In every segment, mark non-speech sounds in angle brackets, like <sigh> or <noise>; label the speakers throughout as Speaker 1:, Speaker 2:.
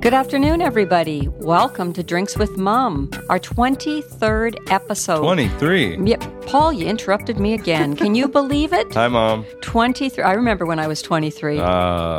Speaker 1: Good afternoon, everybody. Welcome to Drinks with Mom, our 23rd episode.
Speaker 2: 23.
Speaker 1: Yep, Paul, you interrupted me
Speaker 2: <laughs>
Speaker 1: again. Can you believe it?
Speaker 2: Hi, Mom.
Speaker 1: 23. I remember when I was 23.
Speaker 2: Uh,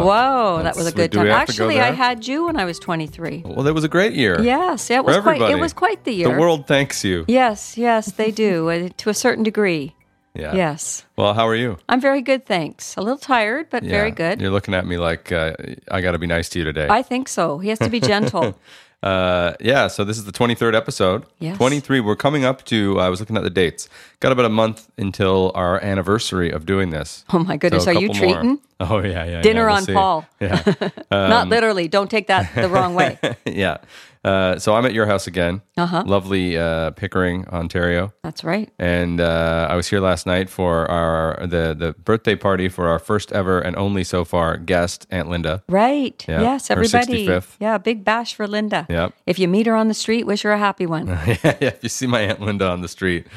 Speaker 1: Whoa, that
Speaker 2: that's-
Speaker 1: was a good
Speaker 2: do we
Speaker 1: time.
Speaker 2: have to go
Speaker 1: Actually, I
Speaker 2: there?
Speaker 1: had you when I was 23.
Speaker 2: Well, that was a great year.
Speaker 1: Yes, yeah, it
Speaker 2: For
Speaker 1: was quite. It
Speaker 2: everybody.
Speaker 1: was quite the year.
Speaker 2: The world thanks you.
Speaker 1: Yes, yes,
Speaker 2: <laughs>
Speaker 1: they do uh, to a certain degree.
Speaker 2: Yeah.
Speaker 1: Yes,
Speaker 2: Well, how are you?
Speaker 1: I'm very good, thanks. A little tired, but very
Speaker 2: Yeah.
Speaker 1: good.
Speaker 2: You're looking at me like uh, I got to be nice to you today.
Speaker 1: I think so. He has
Speaker 2: <laughs>
Speaker 1: to be gentle.
Speaker 2: uh, yeah. So this is the 23rd episode.
Speaker 1: Yes.
Speaker 2: 23. We're coming up to. I was looking at the dates. Got about a month until our anniversary of doing this.
Speaker 1: Oh my goodness,
Speaker 2: So a
Speaker 1: are you
Speaker 2: couple more.
Speaker 1: treating?
Speaker 2: Oh yeah, yeah.
Speaker 1: Dinner
Speaker 2: yeah, we'll
Speaker 1: on
Speaker 2: see.
Speaker 1: Paul.
Speaker 2: <laughs> Yeah, Um,
Speaker 1: Not literally. Don't take that the wrong
Speaker 2: <laughs>
Speaker 1: way.
Speaker 2: yeah. Uh, so I'm at your house again.
Speaker 1: Uh-huh.
Speaker 2: Lovely uh, Pickering, Ontario.
Speaker 1: That's right.
Speaker 2: and uh, I was here last night for our the the birthday party for our first ever and only so far guest, Aunt Linda. <laughs>
Speaker 1: Right.
Speaker 2: Yeah,
Speaker 1: Yes,
Speaker 2: her
Speaker 1: everybody.
Speaker 2: 65th.
Speaker 1: Yeah, big bash for Linda.
Speaker 2: Yep.
Speaker 1: If you meet her on the street, wish her a happy one.
Speaker 2: <laughs> yeah, if you see my Aunt Linda on the street,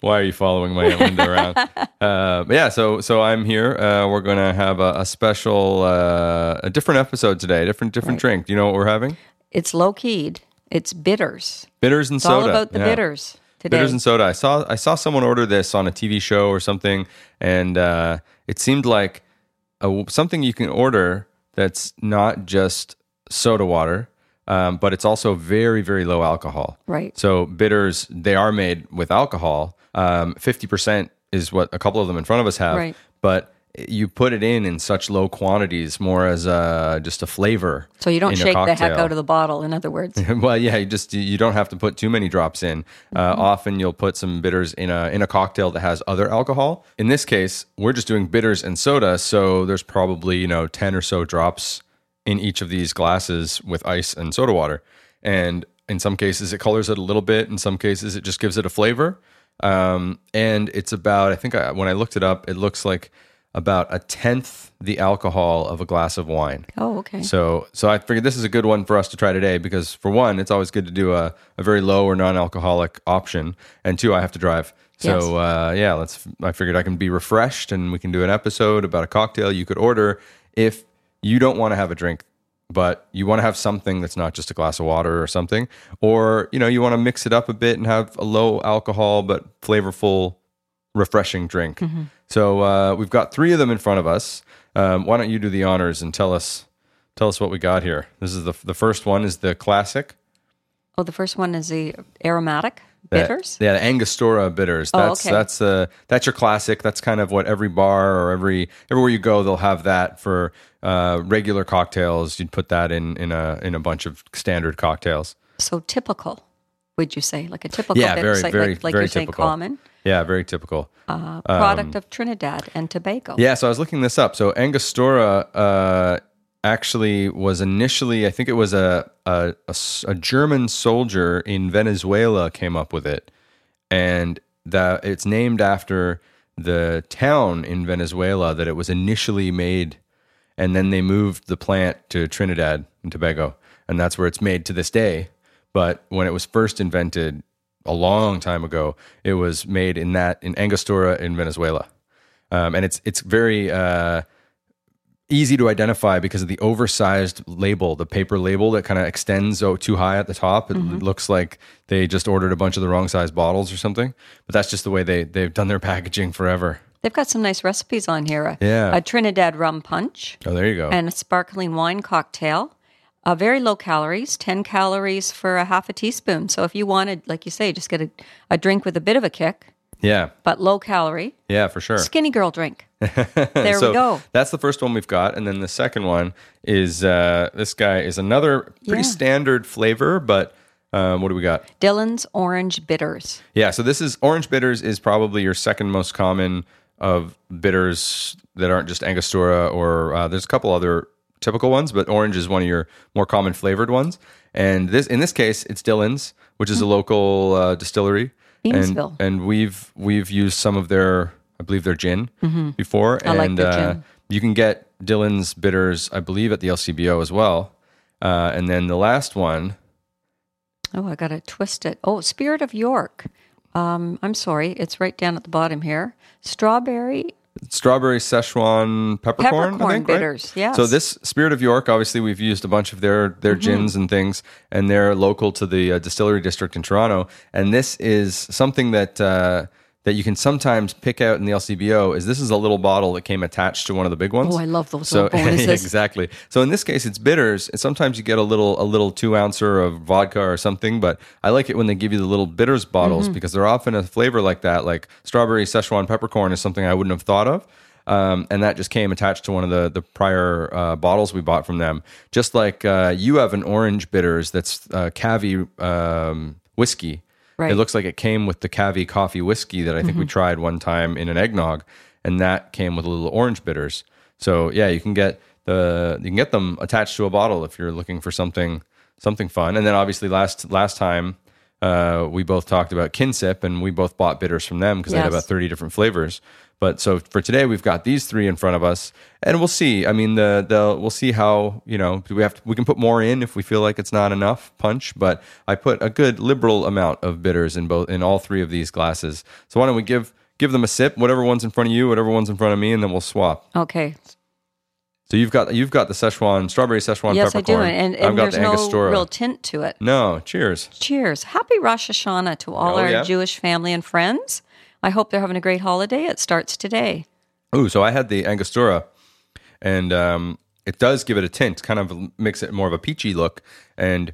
Speaker 2: why are you following my Aunt Linda
Speaker 1: <laughs>
Speaker 2: around? Uh, but yeah, so so I'm here. Uh, we're gonna have a, a special, uh, a different episode today, different different drink. Do you know what we're having?
Speaker 1: it's low keyed. It's bitters.
Speaker 2: Bitters and
Speaker 1: It's all
Speaker 2: soda.
Speaker 1: about the
Speaker 2: Yeah.
Speaker 1: bitters today.
Speaker 2: Bitters and soda. I saw I saw someone order this on a TV show or something, and uh, it seemed like a, something you can order that's not just soda water, um, but it's also very very low alcohol.
Speaker 1: Right.
Speaker 2: So bitters they are made with alcohol. Um, Fifty percent is what a couple of them in front of us have,
Speaker 1: Right.
Speaker 2: but you put it in in such low quantities, more as uh, just a flavor.
Speaker 1: so you don't
Speaker 2: in a
Speaker 1: shake the heck
Speaker 2: cocktail.
Speaker 1: out of the bottle, in other
Speaker 2: <laughs>
Speaker 1: words.
Speaker 2: Well, yeah, you just you don't have to put too many drops in. Uh, often you'll put some bitters in a in a cocktail that has other alcohol. In this case, we're just doing bitters and soda, so there's probably you know ten or so drops in each of these glasses with ice and soda water. And in some cases, it colors it a little bit. In some cases, it just gives it a flavor. Um, and it's about I think I, when I looked it up, it looks like about a tenth the alcohol of a glass of wine.
Speaker 1: Oh, okay.
Speaker 2: So, so I figured this is a good one for us to try today because, for one, it's always good to do a, a very low or non-alcoholic option, and two, I have to drive. So,
Speaker 1: Yes.
Speaker 2: uh, yeah, let's. I figured I can be refreshed, and we can do an episode about a cocktail you could order if you don't want to have a drink, but you want to have something that's not just a glass of water or something, or you know, you want to mix it up a bit and have a low alcohol but flavorful refreshing drink. So uh, we've got three of them in front of us. Um, why don't you do the honors and tell us tell us what we got here? This is the the first one is the classic
Speaker 1: oh, the first one is the aromatic
Speaker 2: that-
Speaker 1: bitters.
Speaker 2: yeah, the Angostura bitters.
Speaker 1: Oh,
Speaker 2: That's
Speaker 1: okay.
Speaker 2: that's uh, that's your classic. That's kind of what every bar or every everywhere you go, they'll have that for uh, regular cocktails. You'd put that in in a in a bunch of standard cocktails.
Speaker 1: so typical, would you say? Like a typical
Speaker 2: Yeah,
Speaker 1: bitter,
Speaker 2: very,
Speaker 1: it's like,
Speaker 2: very,
Speaker 1: like, like
Speaker 2: very
Speaker 1: you're saying
Speaker 2: typical.
Speaker 1: common.
Speaker 2: Yeah, very typical.
Speaker 1: Uh, product of Trinidad and Tobago.
Speaker 2: Yeah, so I was looking this up. So Angostura uh, actually was initially, I think it was a, a- a s- a German soldier in Venezuela came up with it, and that it's named after the town in Venezuela that it was initially made, and then they moved the plant to Trinidad and Tobago, and that's where it's made to this day. But when it was first invented a long time ago, it was made in that in Angostura in Venezuela um, and it's it's very uh, easy to identify because of the oversized label, the paper label that kind of extends oh, too high at the top. It
Speaker 1: Mm-hmm.
Speaker 2: looks like they just ordered a bunch of the wrong size bottles or something. But that's just the way they they've done their <laughs> packaging forever.
Speaker 1: They've got some nice recipes on here. A,
Speaker 2: Yeah.
Speaker 1: a Trinidad rum punch
Speaker 2: Oh, there you go.
Speaker 1: and a sparkling wine cocktail. Uh, very low calories, 10 calories for a half a teaspoon. So if you wanted, like you say, just get a, a drink with a bit of a kick,
Speaker 2: yeah,
Speaker 1: but low calorie.
Speaker 2: yeah, for sure.
Speaker 1: Skinny girl
Speaker 2: <laughs>
Speaker 1: drink. There we go.
Speaker 2: That's the first one we've got, and then the second one is uh, this guy is another pretty
Speaker 1: Yeah.
Speaker 2: standard flavor, but um, what do we got?
Speaker 1: Dylan's Orange Bitters.
Speaker 2: Yeah, so this is orange bitters is probably your second most common of bitters that aren't just Angostura or uh, there's a couple other typical ones, but orange is one of your more common flavored ones. And this in this case, it's Dillon's, which
Speaker 1: Mm-hmm.
Speaker 2: is a local uh, distillery, And-
Speaker 1: Beamsville.
Speaker 2: and we've we've used some of their, I believe their gin before,
Speaker 1: Mm-hmm. I like
Speaker 2: and
Speaker 1: their
Speaker 2: uh,
Speaker 1: gin.
Speaker 2: you can get Dillon's bitters, I believe, at the LCBO as well. Uh, and then the last one
Speaker 1: Oh, I got to twist it. Oh, Spirit of York. Um, I'm sorry. It's right down at the bottom here. Strawberry
Speaker 2: strawberry Szechuan peppercorn,
Speaker 1: Peppercorn
Speaker 2: I think, right?
Speaker 1: bitters, yes. Mm-hmm.
Speaker 2: So this Spirit of York, obviously, we've used a bunch of their their gins and things, and they're local to the uh, distillery district in Toronto. And this is something that uh, that you can sometimes pick out in the LCBO. Is this is a little bottle that came attached to one of the big ones?
Speaker 1: Oh, I love those
Speaker 2: So <laughs>
Speaker 1: little bonuses.
Speaker 2: exactly. So in this case, it's bitters. And sometimes you get a little a little two ouncer of vodka or something. But I like it when they give you the little bitters bottles because they're often a flavor like that. Like strawberry Szechuan peppercorn is something I wouldn't have thought of. Um, and that just came attached to one of the the prior uh, bottles we bought from them. Just like uh, you have an orange bitters that's uh, Cavi um, whiskey.
Speaker 1: Right. Mm-hmm.
Speaker 2: It looks like it came with the Cavi coffee whiskey that I think we tried one time in an eggnog, and that came with a little orange bitters. So yeah, you can get the you can get them attached to a bottle if you're looking for something something fun. And then obviously last last time uh, we both talked about Kinsip, and we both bought bitters from them because they had
Speaker 1: Yes.
Speaker 2: about thirty different flavors. But so for today, we've got these three in front of us, and we'll see. I mean, the the we'll see how you know do we have to, we can put more in if we feel like it's not enough punch. But I put a good liberal amount of bitters in both in all three of these glasses. So why don't we give give them a sip, whatever one's in front of you, whatever one's in front of me, and then we'll swap.
Speaker 1: Okay.
Speaker 2: So you've got you've got the Szechuan strawberry Szechuan
Speaker 1: Yes, I do.
Speaker 2: peppercorn.
Speaker 1: And, and,
Speaker 2: I've
Speaker 1: and
Speaker 2: got
Speaker 1: there's
Speaker 2: the
Speaker 1: no
Speaker 2: Angostura.
Speaker 1: real tint to it.
Speaker 2: no, cheers.
Speaker 1: Cheers. Happy Rosh Hashanah to all
Speaker 2: Oh,
Speaker 1: our
Speaker 2: yeah.
Speaker 1: Jewish family and friends. I hope they're having a great holiday. It starts today.
Speaker 2: Ooh, so I had the Angostura, and um, it does give it a tint, kind of makes it more of a peachy look. And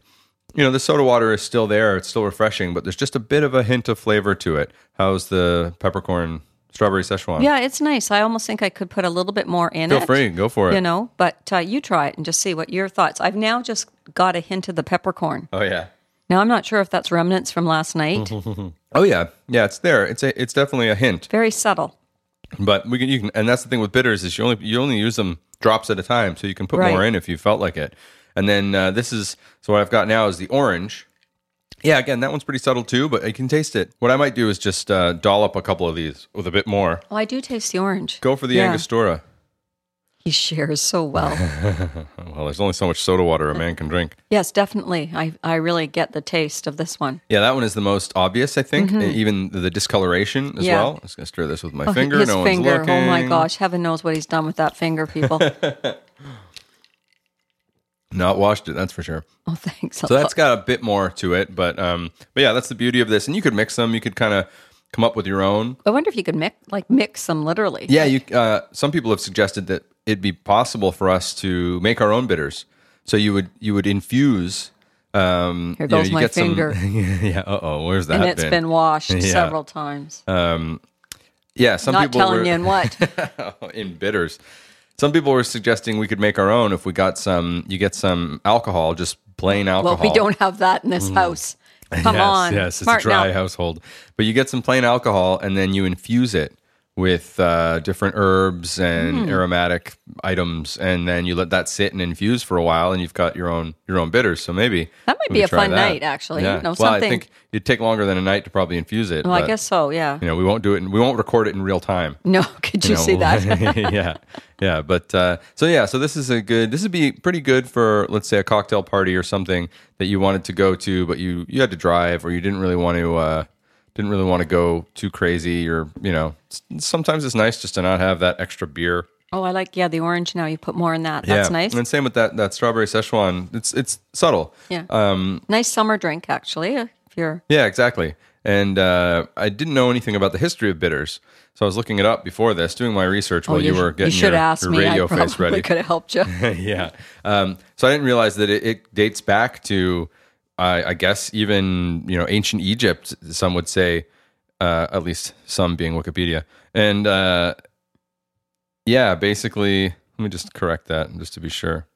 Speaker 2: you know, the soda water is still there; it's still refreshing, but there's just a bit of a hint of flavor to it. How's the peppercorn strawberry Szechuan?
Speaker 1: Yeah, it's nice. I almost think I could put a little bit more in
Speaker 2: feel
Speaker 1: it.
Speaker 2: free, go for it.
Speaker 1: You know, but uh, you try it and just see what your thoughts. I've now just got a hint of the peppercorn.
Speaker 2: Oh yeah,
Speaker 1: Now I'm not sure if that's remnants from last
Speaker 2: <laughs>
Speaker 1: night.
Speaker 2: oh yeah, yeah. It's there. It's a, it's definitely a hint.
Speaker 1: Very subtle.
Speaker 2: But we can, you can, and that's the thing with bitters is you only you only use them drops at a time, so you can put
Speaker 1: Right.
Speaker 2: more in if you felt like it. And then uh, this is so what I've got now is the orange. Yeah, again, that one's pretty subtle too, but you can taste it. What I might do is just uh, dollop a couple of these with a bit more.
Speaker 1: Oh, I do taste the orange.
Speaker 2: Go for the
Speaker 1: Yeah.
Speaker 2: Angostura.
Speaker 1: He shares so well.
Speaker 2: <laughs> Well, there's only so much soda water a man can drink.
Speaker 1: yes, definitely. I, I really get the taste of this one.
Speaker 2: Yeah, that one is the most obvious, I think. Even the discoloration as
Speaker 1: Mm-hmm. Yeah. Oh,
Speaker 2: well. I'm just gonna stir this with my finger.
Speaker 1: His
Speaker 2: no
Speaker 1: finger.
Speaker 2: one's looking.
Speaker 1: Oh my gosh. Heaven knows what he's done with that finger,
Speaker 2: <laughs>
Speaker 1: people.
Speaker 2: Not washed it. That's for sure.
Speaker 1: oh, thanks.
Speaker 2: So that's got a bit more to it, but um, but yeah, that's the beauty of this. And you could mix them. You could kind of come up with your own.
Speaker 1: I wonder if you could mix, like mix them literally.
Speaker 2: Yeah, you. Uh, some people have suggested that it'd be possible for us to make our own bitters. So you would you would infuse. Um,
Speaker 1: Here
Speaker 2: you know,
Speaker 1: goes
Speaker 2: you
Speaker 1: my
Speaker 2: get some- <laughs>
Speaker 1: finger.
Speaker 2: yeah. Uh oh. Where's that?
Speaker 1: and it's been, washed
Speaker 2: Yeah.
Speaker 1: several times.
Speaker 2: Yeah. Some
Speaker 1: Not
Speaker 2: people
Speaker 1: telling
Speaker 2: were,
Speaker 1: you in what.
Speaker 2: <laughs> in bitters. Some people were suggesting we could make our own if we got some. You get some alcohol, just plain alcohol.
Speaker 1: well, we don't have that in this
Speaker 2: <laughs>
Speaker 1: house. Come
Speaker 2: Mm. yes,
Speaker 1: on.
Speaker 2: Yes, it's
Speaker 1: Smarten
Speaker 2: a dry
Speaker 1: up.
Speaker 2: household. But you get some plain alcohol and then you infuse it with uh, different herbs
Speaker 1: Hmm.
Speaker 2: and aromatic items and then you let that sit and infuse for a while and you've got your own your own bitters. So maybe
Speaker 1: That might
Speaker 2: we
Speaker 1: be
Speaker 2: could
Speaker 1: a
Speaker 2: try
Speaker 1: fun
Speaker 2: that.
Speaker 1: night, actually.
Speaker 2: Yeah.
Speaker 1: You know,
Speaker 2: well, I
Speaker 1: something-
Speaker 2: think it'd take longer than a night to probably infuse it.
Speaker 1: Well, I
Speaker 2: but,
Speaker 1: guess so, yeah.
Speaker 2: you know, we won't do it and we won't record it in real time.
Speaker 1: No, <laughs> could you,
Speaker 2: know,
Speaker 1: see
Speaker 2: <laughs>
Speaker 1: that?
Speaker 2: yeah, yeah. But uh, so yeah, so this is a good. This would be pretty good for let's say a cocktail party or something that you wanted to go to, but you you had to drive or you didn't really want to uh, didn't really want to go too crazy or you know. s- Sometimes it's nice just to not have that extra beer.
Speaker 1: oh, I like, yeah, the orange now. You put more in that. That's
Speaker 2: yeah.
Speaker 1: nice.
Speaker 2: And same with that that strawberry Szechuan. It's it's subtle.
Speaker 1: Yeah.
Speaker 2: um,
Speaker 1: nice summer drink, actually, if you're
Speaker 2: Yeah, exactly. And uh, I didn't know anything about the history of bitters, so I was looking it up before this, doing my
Speaker 1: Oh,
Speaker 2: research while you, were getting
Speaker 1: should
Speaker 2: your,
Speaker 1: ask
Speaker 2: your
Speaker 1: me.
Speaker 2: radio
Speaker 1: I
Speaker 2: face
Speaker 1: probably
Speaker 2: ready.
Speaker 1: could have helped you.
Speaker 2: <laughs> yeah. Um, so I didn't realize that it, it dates back to, I I guess, even you know, ancient Egypt. Some would say, uh, at least some being Wikipedia, and uh, yeah, basically, let me just correct that just to be sure.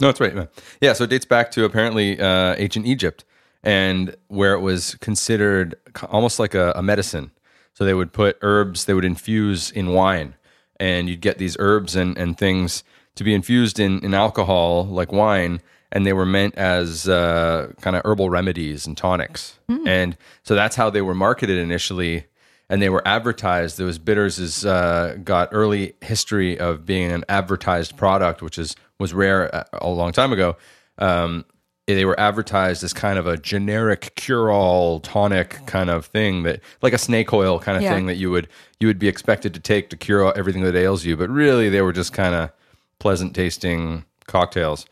Speaker 2: No, that's right. Yeah, so it dates back to apparently uh, ancient Egypt, and where it was considered c- almost like a, a medicine. So they would put herbs, they would infuse in wine, and you'd get these herbs and, and things to be infused in, in alcohol, like wine, and they were meant as uh, kind of herbal remedies and tonics. And so that's how they were marketed initially and they were advertised. Those bitters has uh, got early history uh, of being an advertised product, which is was rare a, a long time ago. Um, they were advertised as kind of a generic cure-all tonic kind of thing that like a snake oil kind of
Speaker 1: Yeah.
Speaker 2: thing that you would you would be expected to take to cure everything that ails you but really they were just kind of pleasant tasting cocktails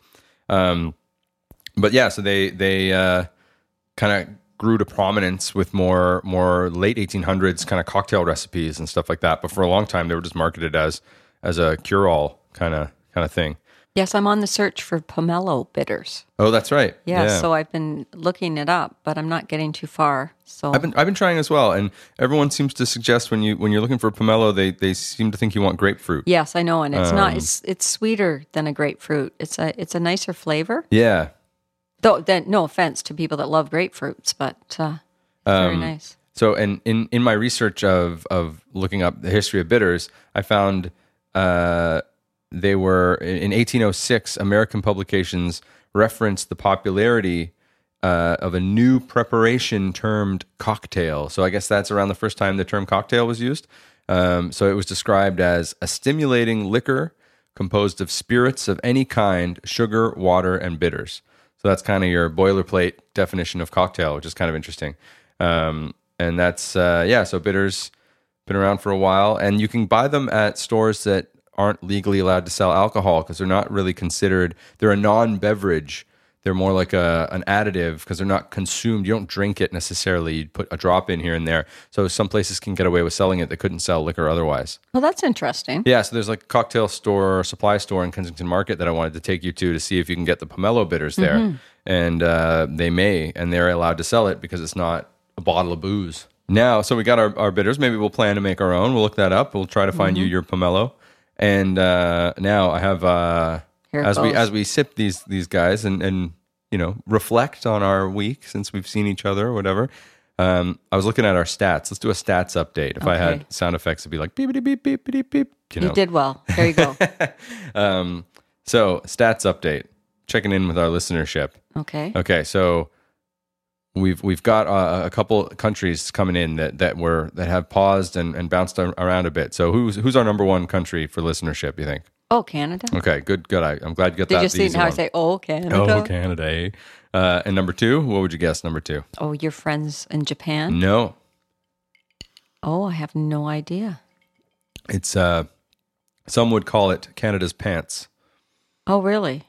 Speaker 2: um, but yeah so they they uh, kind of grew to prominence with more more late 1800s kind of cocktail recipes and stuff like that but for a long time they were just marketed as as a cure-all kind of kind of thing
Speaker 1: Yes, I'm on the search for pomelo bitters.
Speaker 2: oh that's right
Speaker 1: Yeah, so I've been looking it up, but I'm not getting too far. So
Speaker 2: I've been I've been trying as well, and everyone seems to suggest when you when you're looking for pomelo, they they seem to think you want grapefruit.
Speaker 1: yes, I know, and it's
Speaker 2: Um,
Speaker 1: not. It's it's sweeter than a grapefruit. It's a it's a nicer flavor.
Speaker 2: Yeah,
Speaker 1: Though, then no offense to people that love grapefruits, but uh, it's
Speaker 2: Um,
Speaker 1: very nice.
Speaker 2: So, and in in my research of of looking up the history of bitters, I found uh, they were in 1806. American publications referenced the popularity uh, of a new preparation termed cocktail. So, I guess that's around the first time the term cocktail was used. Um, so, it was described as a stimulating liquor composed of spirits of any kind, sugar, water, and bitters. So that's kind of your boilerplate definition of cocktail, which is kind of interesting. Um, and that's uh, yeah. So bitters been around for a while, and you can buy them at stores that aren't legally allowed to sell alcohol because they're not really considered. They're a non-beverage. They're more like a an additive because they're not consumed. You don't drink it necessarily. You put a drop in here and there. So some places can get away with selling it. They couldn't sell liquor otherwise.
Speaker 1: Well, that's interesting.
Speaker 2: Yeah, so there's like a cocktail store or supply store in Kensington Market that I wanted to take you to to see if you can get the pomelo bitters there. And uh, they may, and they're allowed to sell it because it's not a bottle of booze. Now, so we got our, our bitters. Maybe we'll plan to make our own. We'll look that up. We'll try to find you your pomelo. And uh, now I have uh,
Speaker 1: Here it
Speaker 2: as we
Speaker 1: goes.
Speaker 2: as we sip these these guys and and you know reflect on our week since we've seen each other or whatever. Um, I was looking at our stats. Let's do a stats update. If I
Speaker 1: Okay.
Speaker 2: had sound effects, it'd be like beep beep beep beep beep beep. You know,
Speaker 1: You did well. There you
Speaker 2: <laughs>
Speaker 1: go.
Speaker 2: um, so stats update, checking in with our listenership.
Speaker 1: Okay.
Speaker 2: Okay, so we've we've got uh, a couple countries coming in that that were that have paused and, and bounced ar- around a bit. So who's who's our number one country for listenership? You think?
Speaker 1: Oh, Canada.
Speaker 2: Okay, good, good. I, I'm glad you got
Speaker 1: Did
Speaker 2: that.
Speaker 1: you
Speaker 2: the
Speaker 1: see
Speaker 2: easy
Speaker 1: how I
Speaker 2: one.
Speaker 1: say oh Canada?
Speaker 2: Oh, Canada. eh? Uh, and number two, what would you guess? Number two?
Speaker 1: Oh, your friends in Japan?
Speaker 2: No,
Speaker 1: Oh, I have no idea.
Speaker 2: it's uh, some would call it Canada's pants.
Speaker 1: Oh, really?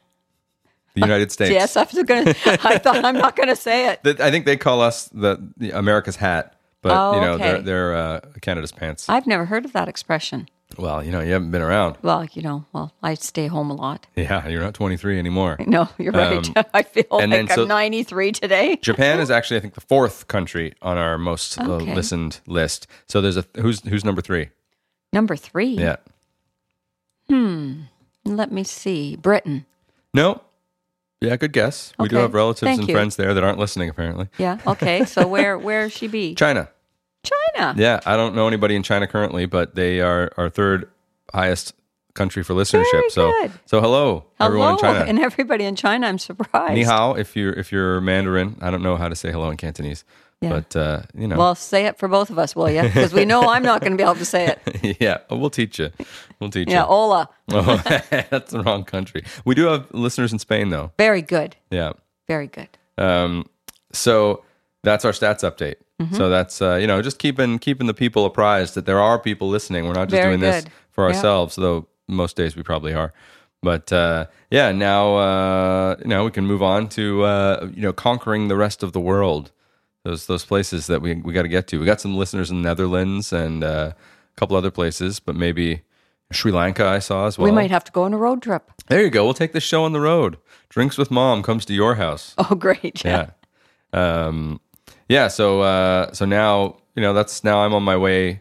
Speaker 2: The United States.
Speaker 1: Uh, Yes, I was gonna. <laughs> I thought I'm not gonna say it.
Speaker 2: That- I think they call us the, the America's hat, but
Speaker 1: Oh,
Speaker 2: you know they're,
Speaker 1: okay.
Speaker 2: they're uh, Canada's pants.
Speaker 1: I've never heard of that expression.
Speaker 2: well, you know you haven't been around.
Speaker 1: Well, you know, well, I stay home a lot.
Speaker 2: Yeah, you're not
Speaker 1: <laughs>
Speaker 2: 23 anymore.
Speaker 1: No, you're right. <laughs> I feel like
Speaker 2: Um, and then
Speaker 1: I'm
Speaker 2: so-
Speaker 1: 93 today.
Speaker 2: Japan is actually I think the fourth country on our most uh,
Speaker 1: Okay.
Speaker 2: listened list. So there's a who's who's number three?
Speaker 1: Number three.
Speaker 2: Yeah.
Speaker 1: Let me see. Britain.
Speaker 2: No. Yeah, good guess. We do
Speaker 1: Okay.
Speaker 2: have relatives
Speaker 1: Thank
Speaker 2: and
Speaker 1: you.
Speaker 2: friends there that aren't listening apparently.
Speaker 1: Yeah. Okay. So
Speaker 2: <laughs>
Speaker 1: where where she be?
Speaker 2: China.
Speaker 1: China.
Speaker 2: Yeah, I don't know anybody in China currently, but they are our third highest country for listenership.
Speaker 1: Very
Speaker 2: so
Speaker 1: good.
Speaker 2: so hello, everyone in
Speaker 1: Hello,
Speaker 2: China.
Speaker 1: and everybody in China. I'm surprised.
Speaker 2: Ni hao if you're if you're Mandarin. I don't know how to say hello in Cantonese.
Speaker 1: Yeah.
Speaker 2: But uh, you know.
Speaker 1: Well, say it for both of us, will you? Because we know I'm not going to be able to say
Speaker 2: <laughs>
Speaker 1: it.
Speaker 2: yeah, oh, we'll teach you. We'll teach
Speaker 1: Yeah,
Speaker 2: you.
Speaker 1: hola.
Speaker 2: <laughs> Oh, that's the wrong country. We do have listeners in Spain, though.
Speaker 1: Very good.
Speaker 2: Yeah.
Speaker 1: Very good.
Speaker 2: Um, so that's our stats update.
Speaker 1: Mm-hmm.
Speaker 2: So that's uh, you know just keeping keeping the people apprised that there are people listening. We're not just
Speaker 1: Very
Speaker 2: doing this
Speaker 1: good.
Speaker 2: for
Speaker 1: Yeah.
Speaker 2: ourselves, though most days we probably are. But uh, yeah, now uh, now we can move on to uh, you know conquering the rest of the world. Those those places that we we got to get to. We got some listeners in the Netherlands and uh, a couple other places, but maybe Sri Lanka I saw as well.
Speaker 1: we might have to go on a road trip. <laughs>
Speaker 2: There you go. We'll take this show on the road. Drinks with mom comes to your house.
Speaker 1: Oh, great. Yeah.
Speaker 2: Yeah. Um, yeah. So uh, so now you know that's now I'm on my way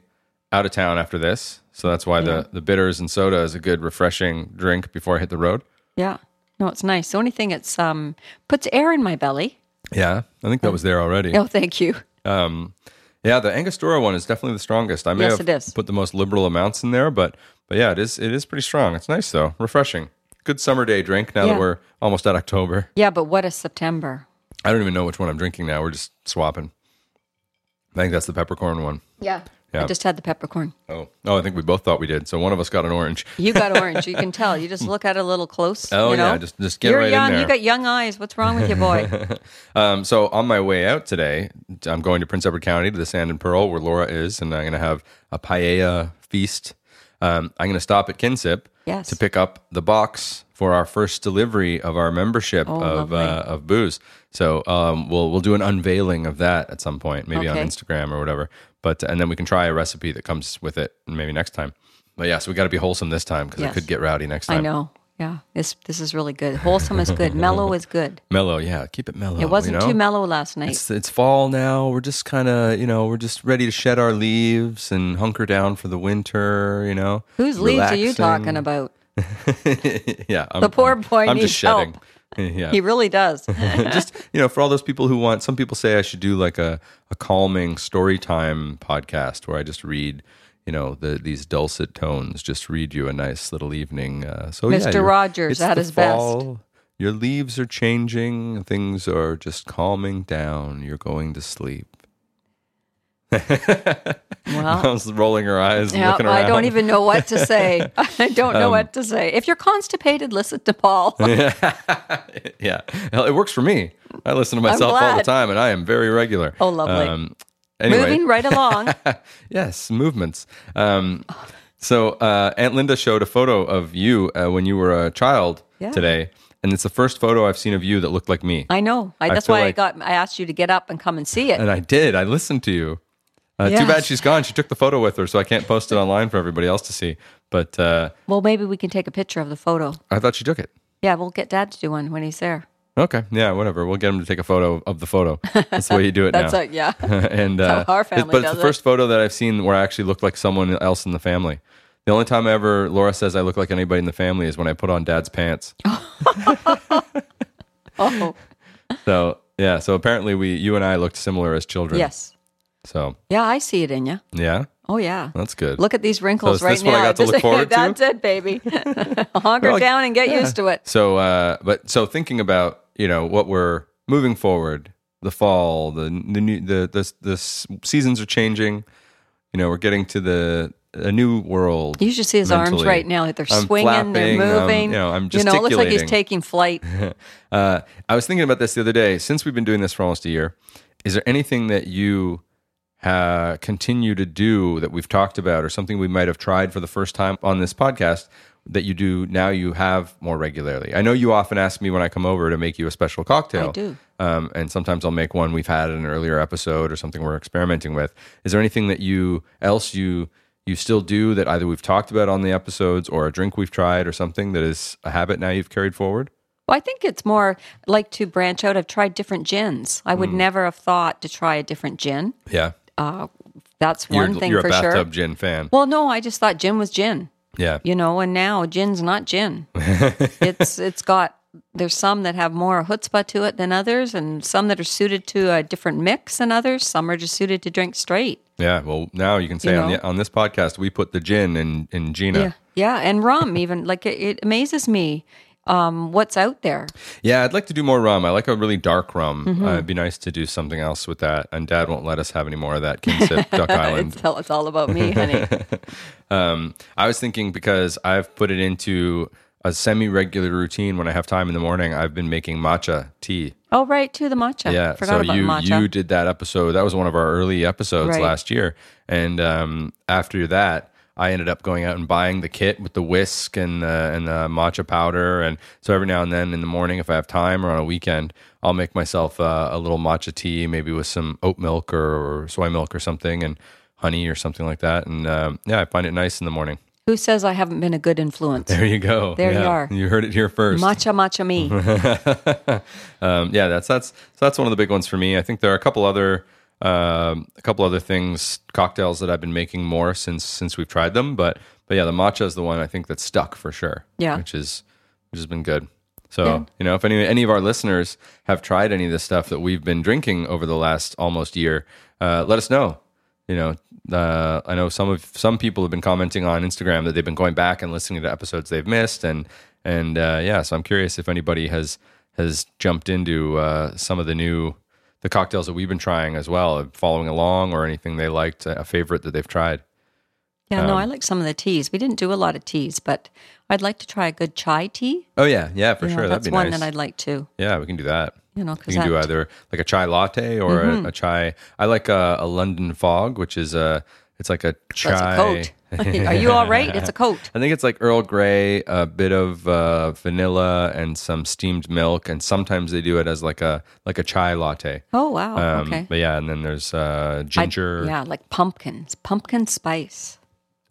Speaker 2: out of town after this. So that's why the the bitters and soda is a good refreshing drink before I hit the road.
Speaker 1: Yeah. No, it's nice. The only thing it's um puts air in my belly.
Speaker 2: Yeah, I think that was there already.
Speaker 1: No, thank you.
Speaker 2: Yeah, the Angostura one is definitely the strongest. I may
Speaker 1: Yes,
Speaker 2: have
Speaker 1: it is.
Speaker 2: put the most liberal amounts in there, but but yeah, it is it is pretty strong. It's nice though, refreshing. Good summer day drink. Now
Speaker 1: Yeah.
Speaker 2: that we're almost at October,
Speaker 1: Yeah, but what is September?
Speaker 2: I don't even know which one I'm drinking now. We're just swapping. I think that's the peppercorn one.
Speaker 1: Yeah. I just had the peppercorn.
Speaker 2: Oh, oh, I think we both thought we did. So one of us got an orange.
Speaker 1: You got orange. You can tell. You just look at it a little close.
Speaker 2: Hmm. Oh
Speaker 1: you know?
Speaker 2: yeah, just just get
Speaker 1: You're
Speaker 2: right
Speaker 1: young.
Speaker 2: in there.
Speaker 1: You got young eyes. What's wrong with you, boy?
Speaker 2: <laughs> Um, so on my way out today, I'm going to Prince Edward County to the Sand and Pearl where Laura is, and I'm going to have a paella feast. Um, I'm going to stop at Kinsip
Speaker 1: Yes.
Speaker 2: to pick up the box for our first delivery of our membership of
Speaker 1: Oh, lovely.
Speaker 2: uh, of booze. So um, we'll we'll do an unveiling of that at some point, maybe on
Speaker 1: Okay.
Speaker 2: Instagram or whatever. But and then we can try a recipe that comes with it maybe next time. But yeah, so we got to be wholesome this time because it
Speaker 1: Yes.
Speaker 2: could get rowdy next time.
Speaker 1: I know. Yeah. This this is really good. Wholesome is good.
Speaker 2: <laughs>
Speaker 1: Mellow is good.
Speaker 2: Mellow, yeah, keep it mellow.
Speaker 1: It wasn't
Speaker 2: you know?
Speaker 1: too mellow last night.
Speaker 2: it's it's fall now. We're just kind of you know we're just ready to shed our leaves and hunker down for the winter. You know
Speaker 1: Whose leaves are you talking about?
Speaker 2: about? <laughs> yeah, I'm,
Speaker 1: The poor
Speaker 2: I'm-
Speaker 1: boy
Speaker 2: I'm
Speaker 1: needs
Speaker 2: just shedding. <laughs>
Speaker 1: help.
Speaker 2: yeah,
Speaker 1: He really does.
Speaker 2: <laughs> just you know for all those people who want. Some people say I should do like a a calming story time podcast where I just read. You know the these dulcet tones just read you a nice little evening. Uh, so yeah,
Speaker 1: Mr.
Speaker 2: you're-
Speaker 1: Rogers
Speaker 2: it's
Speaker 1: at
Speaker 2: the
Speaker 1: his best.
Speaker 2: fall. Your leaves are changing. Things are just calming down. You're going to sleep. <laughs>
Speaker 1: Well,
Speaker 2: I was rolling her eyes and
Speaker 1: yeah,
Speaker 2: looking around. Um,
Speaker 1: I don't even know what to say. I don't know what to say. If you're constipated, listen to
Speaker 2: <laughs>
Speaker 1: Paul.
Speaker 2: <laughs> Yeah, Hell, it works for me. I listen to myself all the
Speaker 1: glad.
Speaker 2: time, and I am very regular. Um,
Speaker 1: Oh, lovely.
Speaker 2: anyway,
Speaker 1: Moving right
Speaker 2: <laughs>
Speaker 1: along.
Speaker 2: yes, movements. Um, so uh, Aunt Linda showed a photo of you uh, when you were a child
Speaker 1: Yeah.
Speaker 2: today, and it's the first photo I've seen of you that looked like me.
Speaker 1: I know. I, that's
Speaker 2: feel
Speaker 1: why I
Speaker 2: like- Uh,
Speaker 1: got. I asked you to get up and come and see it.
Speaker 2: and I did. I listened to you. Uh, Too
Speaker 1: Yes.
Speaker 2: bad she's gone. She took the photo with her, so I can't post it online for everybody else to see. But uh,
Speaker 1: well, maybe we can take a picture of the photo.
Speaker 2: I thought she took it.
Speaker 1: Yeah, we'll get Dad to do one when he's there.
Speaker 2: Okay, yeah, whatever. We'll get him to take a photo of the photo. That's the way you do it now.
Speaker 1: <laughs> That's it. Yeah.
Speaker 2: <laughs> and uh,
Speaker 1: how our
Speaker 2: it-
Speaker 1: family
Speaker 2: but it's
Speaker 1: does
Speaker 2: the
Speaker 1: it.
Speaker 2: first photo that I've seen where I actually look like someone else in the family. The only time ever Laura says I look like anybody in the family is when I put on Dad's pants.
Speaker 1: Oh,
Speaker 2: so yeah, so apparently we, you and I, looked similar as children.
Speaker 1: yes.
Speaker 2: So
Speaker 1: Yeah, I see it in you.
Speaker 2: yeah,
Speaker 1: Oh yeah.
Speaker 2: that's good.
Speaker 1: Look at these wrinkles
Speaker 2: So
Speaker 1: right
Speaker 2: is this
Speaker 1: now.
Speaker 2: what I got to look forward to?
Speaker 1: <laughs> That's it,
Speaker 2: <laughs>
Speaker 1: baby. Hunker
Speaker 2: Well,
Speaker 1: down and get
Speaker 2: yeah.
Speaker 1: used to it.
Speaker 2: So, uh, but so thinking about you know what we're moving forward, the fall, the the new the the, the s- seasons are changing. You know, we're getting to the a new world.
Speaker 1: You should see his arms
Speaker 2: mentally.
Speaker 1: right now. They're
Speaker 2: I'm
Speaker 1: swinging, they're
Speaker 2: flapping, I'm,
Speaker 1: moving.
Speaker 2: you know, I'm
Speaker 1: it looks like he's
Speaker 2: gesticulating.
Speaker 1: taking flight.
Speaker 2: Uh, I was thinking about this the other day. Since we've been doing this for almost a year, is there anything that you uh, continue to do that we've talked about, or something we might have tried for the first time on this podcast that you do now you have more regularly? I know you often ask me when I come over to make you a special cocktail.
Speaker 1: I do.
Speaker 2: Um, and sometimes I'll make one we've had in an earlier episode or something we're experimenting with. Is there anything that you else you you still do that either we've talked about on the episodes or a drink we've tried or something that is a habit now you've carried forward?
Speaker 1: Well, I think it's more like to branch out. I've tried different gins. I
Speaker 2: Hmm.
Speaker 1: would never have thought to try a different gin.
Speaker 2: Yeah.
Speaker 1: That's one
Speaker 2: you're,
Speaker 1: thing
Speaker 2: you're
Speaker 1: for
Speaker 2: a bathtub
Speaker 1: sure.
Speaker 2: gin fan.
Speaker 1: Well, no, I just thought gin was gin,
Speaker 2: yeah.
Speaker 1: you know, and now gin's not
Speaker 2: <laughs>
Speaker 1: gin. it's it's got there's some that have more chutzpah to it than others, and some that are suited to a different mix than others. Some are just suited to drink straight.
Speaker 2: Yeah. Well, now you can say
Speaker 1: You
Speaker 2: on,
Speaker 1: know.
Speaker 2: the, on this podcast, we put the gin in, in Gina. Yeah.
Speaker 1: Yeah, and
Speaker 2: <laughs>
Speaker 1: rum even like it, it amazes me um, what's out there.
Speaker 2: I'd like to do more rum. I like a really dark rum.
Speaker 1: Mm-hmm.
Speaker 2: Uh, it'd be nice to do something else with that. And dad won't let us have any more of that King
Speaker 1: <laughs>
Speaker 2: Sip Duck Island.
Speaker 1: Tell it's all about me,
Speaker 2: <laughs>
Speaker 1: honey.
Speaker 2: I was thinking because I've put it into a semi regular routine when I have time in the morning, I've been making matcha tea.
Speaker 1: oh, right, to the matcha.
Speaker 2: Yeah,
Speaker 1: forgot
Speaker 2: so
Speaker 1: about
Speaker 2: you
Speaker 1: the matcha.
Speaker 2: you did that episode. That was one of our early episodes
Speaker 1: Right.
Speaker 2: last year, and um, after that, I ended up going out and buying the kit with the whisk and the and the matcha powder. And so every now and then in the morning, if I have time or on a weekend, I'll make myself uh, a little matcha tea, maybe with some oat milk or, or soy milk or something, and honey or something like that. And um, yeah, I find it nice in the morning. <laughs>
Speaker 1: Who says I haven't been a good influence?
Speaker 2: There you go.
Speaker 1: There you
Speaker 2: Yeah,
Speaker 1: are.
Speaker 2: You heard it here first.
Speaker 1: Matcha, matcha
Speaker 2: <laughs>
Speaker 1: me.
Speaker 2: um, yeah, that's that's so that's one of the big ones for me. I think there are a couple other um, a couple other things, cocktails that I've been making more since since we've tried them. But but yeah, the matcha is the one I think that's stuck for sure.
Speaker 1: Yeah.
Speaker 2: which is which has been good. So you know, if any any of our listeners have tried any of this stuff that we've been drinking over the last almost year, uh, let us know. You know, uh, I know some of some people have been commenting on Instagram that they've been going back and listening to episodes they've missed, and and uh, yeah, so I'm curious if anybody has has jumped into uh, some of the new the cocktails that we've been trying as well, uh, following along or anything they liked, a favorite that they've tried.
Speaker 1: Yeah, no,
Speaker 2: Um,
Speaker 1: I like some of the teas. We didn't do a lot of teas, but I'd like to try a good chai tea.
Speaker 2: Oh yeah, yeah, for
Speaker 1: You know,
Speaker 2: sure.
Speaker 1: that's
Speaker 2: That'd be
Speaker 1: one
Speaker 2: nice.
Speaker 1: that I'd like to.
Speaker 2: yeah, we can do that.
Speaker 1: You know, 'cause
Speaker 2: You can do
Speaker 1: that- Mm-hmm.
Speaker 2: either like a chai latte or a, a chai. I like a, a London fog, which is a it's like a chai.
Speaker 1: That's a coat. <laughs> Are you all right?
Speaker 2: <laughs>
Speaker 1: It's a coat.
Speaker 2: I think it's like Earl Grey, a bit of uh, vanilla, and some steamed milk, and sometimes they do it as like a like a chai latte.
Speaker 1: Oh wow.
Speaker 2: Um,
Speaker 1: okay.
Speaker 2: But yeah, and then there's uh,
Speaker 1: I-
Speaker 2: ginger.
Speaker 1: yeah, like pumpkins, pumpkin spice.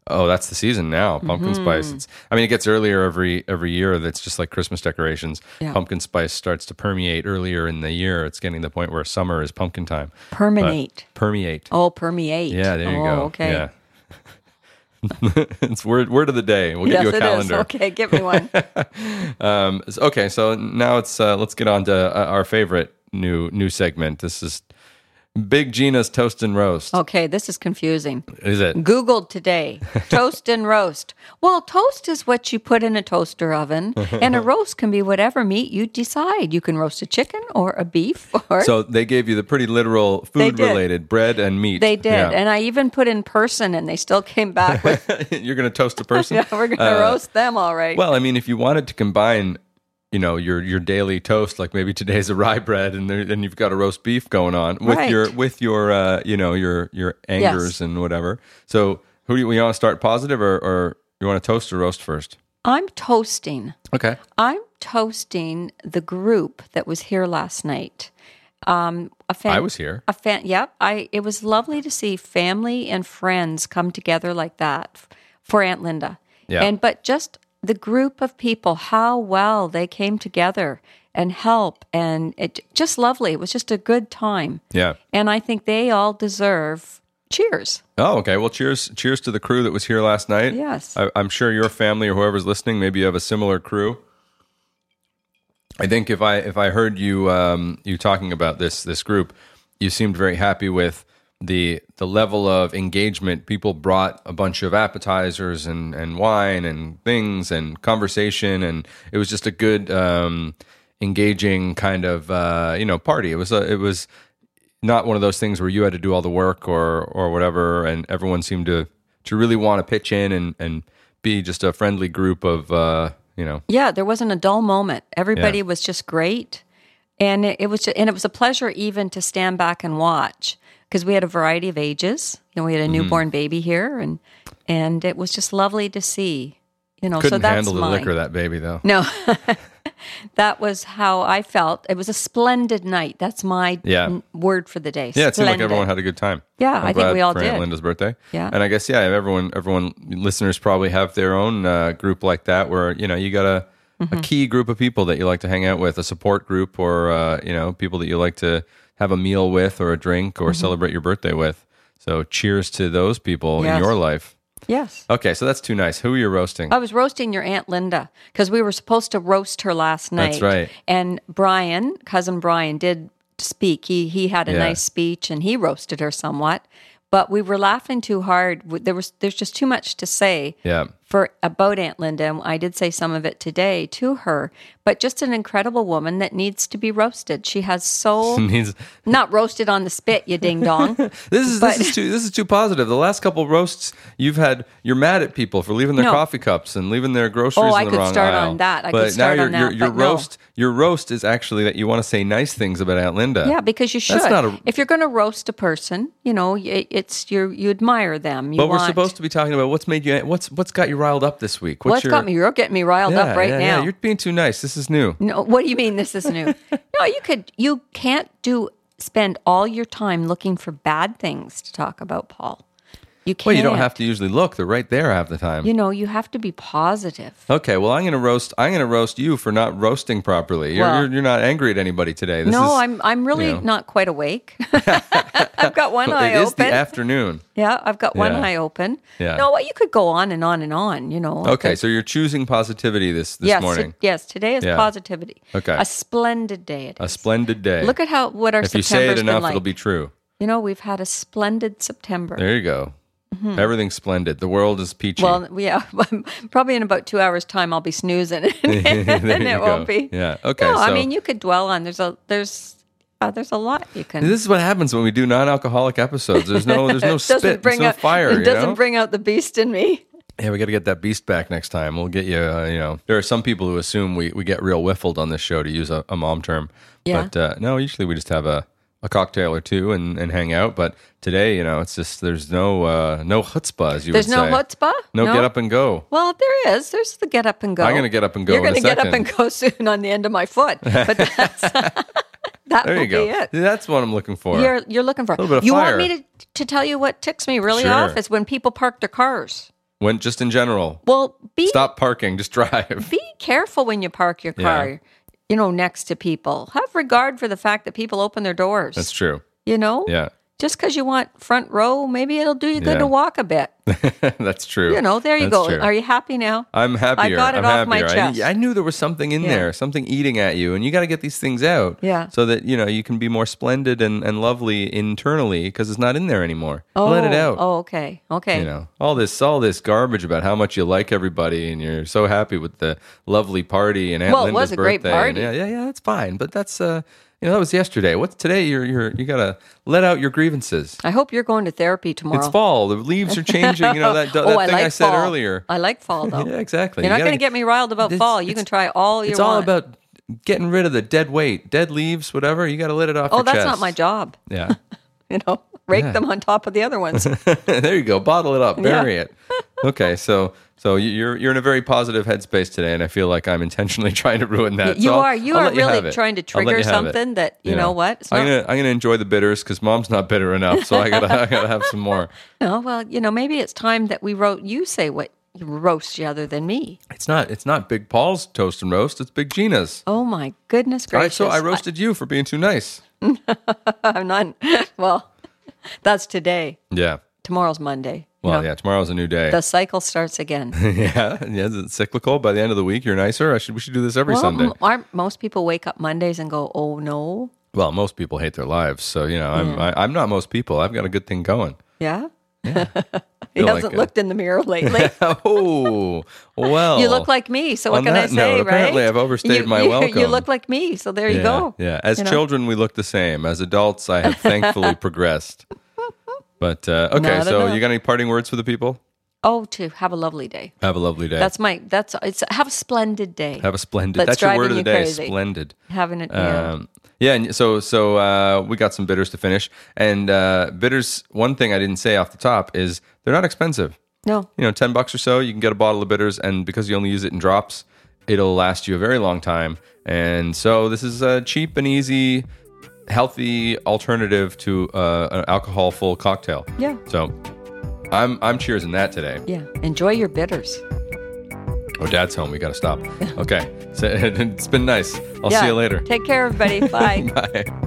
Speaker 2: Oh, that's the season now. Pumpkin
Speaker 1: Mm-hmm.
Speaker 2: spice. It's, I mean, it gets earlier every every year. That's just like Christmas decorations.
Speaker 1: Yeah.
Speaker 2: Pumpkin spice starts to permeate earlier in the year. It's getting to the point where summer is pumpkin time.
Speaker 1: Permeate.
Speaker 2: Permeate.
Speaker 1: oh, permeate.
Speaker 2: Yeah, there you
Speaker 1: oh,
Speaker 2: go.
Speaker 1: Okay. <laughs>
Speaker 2: Yeah. <laughs> it's word word of the day. We'll
Speaker 1: yes,
Speaker 2: get you a
Speaker 1: it is.
Speaker 2: calendar.
Speaker 1: Okay, give me
Speaker 2: <laughs>
Speaker 1: one.
Speaker 2: Um, s- okay, so now it's uh, let's get on to uh, our favorite new new segment. This is Big Gina's toast and roast.
Speaker 1: Okay, this is confusing.
Speaker 2: Is it?
Speaker 1: Googled today toast and roast. Well, toast is what you put in a toaster
Speaker 2: <laughs>
Speaker 1: oven, and a roast can be whatever meat you decide. You can roast a chicken or a beef, <laughs> or
Speaker 2: So they gave you the pretty literal
Speaker 1: They
Speaker 2: food
Speaker 1: did.
Speaker 2: related bread and meat.
Speaker 1: they did.
Speaker 2: Yeah.
Speaker 1: And I even put in person, and they still came back with,
Speaker 2: <laughs> You're going to toast a person.
Speaker 1: <laughs> yeah, we're going to
Speaker 2: Uh,
Speaker 1: roast them all right.
Speaker 2: Well, I mean, if you wanted to combine, you know, your your daily toast, like maybe today's a rye bread, and there- then you've got a roast beef going on with
Speaker 1: Right.
Speaker 2: your with your uh, you know your your angers and whatever. So, who do you, want to start positive or, or you want to toast or roast first?
Speaker 1: I'm toasting.
Speaker 2: Okay.
Speaker 1: I'm toasting the group that was here last night. Um, a fan-
Speaker 2: I was here.
Speaker 1: A fan, yep. I it was lovely to see family and friends come together like that f- for Aunt Linda.
Speaker 2: Yeah.
Speaker 1: And but just the group of people, how well they came together and help, and it just lovely. It was just a good time,
Speaker 2: Yeah.
Speaker 1: and I think they all deserve cheers.
Speaker 2: Oh, okay. Well, cheers, cheers to the crew that was here last night.
Speaker 1: Yes.
Speaker 2: I, I'm sure your family or whoever's listening, maybe you have a similar crew. I think if I if I heard you um, you talking about this this group, you seemed very happy with the the level of engagement. People brought a bunch of appetizers and and wine and things and conversation, and it was just a good um, engaging kind of uh, you know party. It was a, it was not one of those things where you had to do all the work or or whatever, and everyone seemed to to really want to pitch in and and be just a friendly group of uh, you know
Speaker 1: Yeah, there wasn't a dull moment. Everybody was just great, and it, it was ju- and it was a pleasure even to stand back and watch because we had a variety of ages. You know, we had a
Speaker 2: Mm-hmm.
Speaker 1: newborn baby here, and and it was just lovely to see. You know, so
Speaker 2: couldn't
Speaker 1: that's
Speaker 2: handle the
Speaker 1: mine.
Speaker 2: liquor that baby though.
Speaker 1: No, <laughs> that was how I felt. It was a splendid night. That's my
Speaker 2: Yeah.
Speaker 1: n- word for the day.
Speaker 2: Yeah, it seemed like everyone
Speaker 1: Splendid.
Speaker 2: had a good time.
Speaker 1: Yeah, I think
Speaker 2: glad
Speaker 1: we all
Speaker 2: for Aunt
Speaker 1: did.
Speaker 2: Linda's birthday.
Speaker 1: Yeah.
Speaker 2: and I guess yeah, everyone, everyone, listeners probably have their own uh, group like that where you know you got a
Speaker 1: Mm-hmm.
Speaker 2: a key group of people that you like to hang out with, a support group, or uh, you know people that you like to have a meal with, or a drink,
Speaker 1: Mm-hmm.
Speaker 2: or celebrate your birthday with. So, cheers to those people
Speaker 1: Yes. Oh.
Speaker 2: in your life.
Speaker 1: Yes.
Speaker 2: Okay, so that's too nice. Who are you roasting?
Speaker 1: I was roasting your Aunt Linda because we were supposed to roast her last night.
Speaker 2: That's right.
Speaker 1: And Brian, cousin Brian, did speak. He he had a
Speaker 2: Yeah.
Speaker 1: nice speech and he roasted her somewhat, but we were laughing too hard. W- There was there's just too much to say
Speaker 2: yeah, <laughs>
Speaker 1: for about Aunt Linda. And I did say some of it today to her, but just an incredible woman that needs to be roasted. She has
Speaker 2: <laughs>
Speaker 1: so
Speaker 2: Needs-
Speaker 1: not roasted on the spit, you ding
Speaker 2: <laughs>
Speaker 1: dong.
Speaker 2: This is
Speaker 1: But-
Speaker 2: this is too this is too positive. The last couple roasts you've had, you're mad at people for leaving their
Speaker 1: No.
Speaker 2: coffee cups and leaving their groceries.
Speaker 1: Oh, I
Speaker 2: in the
Speaker 1: could
Speaker 2: wrong
Speaker 1: start
Speaker 2: aisle.
Speaker 1: on that. I could
Speaker 2: but
Speaker 1: start
Speaker 2: now
Speaker 1: on
Speaker 2: your, your,
Speaker 1: that,
Speaker 2: your
Speaker 1: but no.
Speaker 2: roast your roast is actually that you want to say nice things about Aunt Linda.
Speaker 1: Yeah, because you should.
Speaker 2: That's not a-
Speaker 1: if you're going to roast a person, you know, y- it's you you admire them. You
Speaker 2: but we're
Speaker 1: want-
Speaker 2: supposed to be talking about what's made you what's what's got you riled up this week.
Speaker 1: What's got me? You're getting me riled
Speaker 2: yeah,
Speaker 1: up right
Speaker 2: yeah,
Speaker 1: now.
Speaker 2: Yeah, you're being too nice. This is new.
Speaker 1: No, what do you mean this is new? <laughs> no, you could. You can't do spend all your time looking for bad things to talk about, Paul. You can't.
Speaker 2: Well, you don't have to usually look. They're right there half the time.
Speaker 1: You know, you have to be positive.
Speaker 2: Okay, well, I'm gonna roast. I'm gonna roast you for not roasting properly. You're,
Speaker 1: Well-
Speaker 2: you're, you're not angry at anybody today. This
Speaker 1: no,
Speaker 2: is,
Speaker 1: I'm. I'm really
Speaker 2: know.
Speaker 1: not quite
Speaker 2: <laughs>
Speaker 1: awake. <laughs> I've got one eye
Speaker 2: It is
Speaker 1: open.
Speaker 2: the afternoon.
Speaker 1: yeah, I've got one
Speaker 2: Yeah.
Speaker 1: eye open.
Speaker 2: Yeah.
Speaker 1: No, well, you could go on and on and on. You know.
Speaker 2: Okay, so you're choosing positivity this this
Speaker 1: yes, to-
Speaker 2: morning.
Speaker 1: yes, today is
Speaker 2: Yeah.
Speaker 1: positivity.
Speaker 2: Okay.
Speaker 1: a splendid day it
Speaker 2: A
Speaker 1: is.
Speaker 2: splendid day.
Speaker 1: Look at how what our
Speaker 2: if you
Speaker 1: September's
Speaker 2: say it enough,
Speaker 1: been like.
Speaker 2: it'll be true.
Speaker 1: you know, we've had a splendid September.
Speaker 2: There you go. Everything's splendid. The world is peachy.
Speaker 1: Mm-hmm.
Speaker 2: <laughs>
Speaker 1: well, <laughs> yeah, probably in about two hours' time, I'll be snoozing, <laughs> and
Speaker 2: <laughs> There you
Speaker 1: it
Speaker 2: go.
Speaker 1: won't be.
Speaker 2: Yeah. Okay.
Speaker 1: No,
Speaker 2: so
Speaker 1: I mean you could dwell on. There's a there's Yeah, there's a lot you can. uh,
Speaker 2: This is what happens when we do non-alcoholic episodes. There's no,
Speaker 1: <laughs>
Speaker 2: there's no spit, there's no
Speaker 1: out,
Speaker 2: fire.
Speaker 1: It
Speaker 2: you
Speaker 1: doesn't
Speaker 2: know?
Speaker 1: bring out the beast in me.
Speaker 2: Yeah, we got to get that beast back next time. We'll get you, uh, you know. There are some people who assume we, we get real whiffled on this show to use a, a mom term.
Speaker 1: Yeah.
Speaker 2: But uh, no, usually we just have a, a cocktail or two and, and hang out. But today, you know, it's just there's no uh, no chutzpah, as you
Speaker 1: There's
Speaker 2: would
Speaker 1: no
Speaker 2: say.
Speaker 1: chutzpah?
Speaker 2: No,
Speaker 1: No?
Speaker 2: get up and go.
Speaker 1: Well, there is. There's the get up and go.
Speaker 2: I'm gonna get up and go
Speaker 1: You're
Speaker 2: in a
Speaker 1: gonna get up
Speaker 2: second.
Speaker 1: and go <laughs> soon on the end of my
Speaker 2: <laughs>
Speaker 1: foot. But that's <laughs> that
Speaker 2: There
Speaker 1: will
Speaker 2: you go.
Speaker 1: be it.
Speaker 2: That's what I'm looking for.
Speaker 1: You're you're looking for. A
Speaker 2: little bit of
Speaker 1: you
Speaker 2: fire.
Speaker 1: want me to to tell you what ticks me really
Speaker 2: Sure.
Speaker 1: off is when people park their cars.
Speaker 2: When just in general,
Speaker 1: Well, be
Speaker 2: stop parking, just drive. <laughs>
Speaker 1: be careful when you park your car. You know, next to people, have regard for the fact that people open their doors.
Speaker 2: That's true.
Speaker 1: you know,
Speaker 2: Yeah, <laughs>
Speaker 1: just because you want front row, maybe it'll do you good
Speaker 2: Yeah.
Speaker 1: to walk a bit.
Speaker 2: that's true.
Speaker 1: You know, there you
Speaker 2: That's
Speaker 1: go.
Speaker 2: true.
Speaker 1: Are you happy now?
Speaker 2: I'm happier.
Speaker 1: got it
Speaker 2: I'm
Speaker 1: off my
Speaker 2: happier. I-
Speaker 1: chest.
Speaker 2: I, knew there was something in
Speaker 1: Yeah.
Speaker 2: there, something eating at you, and you got to get these things out.
Speaker 1: Yeah.
Speaker 2: So that you know you can be more splendid and, and lovely internally because it's not in there anymore. Let it out.
Speaker 1: Oh, okay, okay.
Speaker 2: You know all this all this garbage about how much you like everybody and you're so happy with the lovely party and Aunt
Speaker 1: Well, it
Speaker 2: Linda's
Speaker 1: was a
Speaker 2: birthday.
Speaker 1: great
Speaker 2: and
Speaker 1: party.
Speaker 2: yeah, yeah, yeah. That's fine, but that's uh, you know that was yesterday. What's today? You're you're you gotta let out your grievances.
Speaker 1: I hope you're going to therapy tomorrow.
Speaker 2: It's fall. The leaves are changing.
Speaker 1: <laughs>
Speaker 2: You know that, that
Speaker 1: oh, I
Speaker 2: thing
Speaker 1: like
Speaker 2: I said
Speaker 1: fall.
Speaker 2: earlier.
Speaker 1: I like fall though.
Speaker 2: <laughs> Yeah, exactly.
Speaker 1: You're
Speaker 2: You
Speaker 1: not
Speaker 2: gotta
Speaker 1: going to get me riled about
Speaker 2: It's-
Speaker 1: fall. You
Speaker 2: it's-
Speaker 1: can try all you
Speaker 2: it's all
Speaker 1: want.
Speaker 2: about getting rid of the dead weight, dead leaves, whatever. You got to let it off.
Speaker 1: oh,
Speaker 2: your
Speaker 1: that's not
Speaker 2: chest.
Speaker 1: my job. <laughs>
Speaker 2: Yeah, <laughs>
Speaker 1: You know, rake
Speaker 2: Yeah.
Speaker 1: them on top of the other
Speaker 2: <laughs>
Speaker 1: ones.
Speaker 2: there you go. Bottle it up, bury it. Okay, so so you- you're you're in a very positive headspace today, and I feel like I'm intentionally <laughs> trying to ruin that.
Speaker 1: you
Speaker 2: So I'll-
Speaker 1: are. You
Speaker 2: I'll
Speaker 1: are
Speaker 2: let have
Speaker 1: really
Speaker 2: it.
Speaker 1: trying to
Speaker 2: I'll let
Speaker 1: trigger
Speaker 2: you have it.
Speaker 1: something that you know what? It's
Speaker 2: I'm
Speaker 1: not.
Speaker 2: gonna I'm gonna enjoy the bitters because mom's not bitter enough, so I gotta <laughs> I gotta have some more.
Speaker 1: No, Oh, well, you know, maybe it's time that we wrote. You say what you roast you other than me.
Speaker 2: It's not it's not Big Paul's toast and roast. It's Big Gina's.
Speaker 1: Oh my goodness
Speaker 2: All right,
Speaker 1: gracious!
Speaker 2: so I roasted you for being too nice.
Speaker 1: <laughs> I'm not. Well, <laughs> that's today.
Speaker 2: Yeah.
Speaker 1: Tomorrow's Monday. you
Speaker 2: Well,
Speaker 1: know.
Speaker 2: yeah. Tomorrow's a new day.
Speaker 1: The cycle starts
Speaker 2: <laughs>
Speaker 1: again.
Speaker 2: Yeah, yeah, it's cyclical. By the end of the week, you're nicer. I should we should do this every
Speaker 1: Well,
Speaker 2: Sunday.
Speaker 1: m- aren't most people wake up Mondays and go, "Oh no,
Speaker 2: Well, most people hate their lives, so you know I'm I, I'm not most people. I've got a good thing going.
Speaker 1: yeah." he <laughs>
Speaker 2: Feel like
Speaker 1: hasn't
Speaker 2: it.
Speaker 1: looked in the mirror lately.
Speaker 2: <laughs> <laughs> oh well,
Speaker 1: you look like me, so
Speaker 2: On
Speaker 1: what can I
Speaker 2: that
Speaker 1: say?
Speaker 2: note,
Speaker 1: right?
Speaker 2: apparently I've overstayed
Speaker 1: You- <laughs>
Speaker 2: my
Speaker 1: you- You
Speaker 2: welcome.
Speaker 1: look like me, so there you
Speaker 2: yeah,
Speaker 1: go.
Speaker 2: Yeah, as
Speaker 1: You know?
Speaker 2: children we look the same. As adults, I
Speaker 1: <laughs>
Speaker 2: have thankfully progressed. But uh, okay,
Speaker 1: Not
Speaker 2: so
Speaker 1: enough.
Speaker 2: you got any parting words for the people?
Speaker 1: Oh, to have a lovely day.
Speaker 2: Have a lovely day.
Speaker 1: That's my. That's it's. Have a splendid day.
Speaker 2: have a splendid.
Speaker 1: That's
Speaker 2: that's your word of
Speaker 1: driving
Speaker 2: the
Speaker 1: you
Speaker 2: day.
Speaker 1: crazy.
Speaker 2: Splendid.
Speaker 1: Having it. yeah.
Speaker 2: Um, yeah, and so so uh, we got some bitters to finish, and uh, bitters. One thing I didn't say off the top is they're not expensive.
Speaker 1: No.
Speaker 2: You know, ten bucks or so, you can get a bottle of bitters, and because you only use it in drops, it'll last you a very long time. And so this is a cheap and easy, healthy alternative to uh, an alcohol-full cocktail.
Speaker 1: Yeah.
Speaker 2: So I'm I'm cheersing that today.
Speaker 1: Yeah. Enjoy your bitters.
Speaker 2: Oh, Dad's home.
Speaker 1: <laughs>
Speaker 2: We got to stop. Okay, so, <laughs> it's been nice. I'll
Speaker 1: yeah.
Speaker 2: see you later. <laughs>
Speaker 1: Take care, everybody. Bye.
Speaker 2: Bye.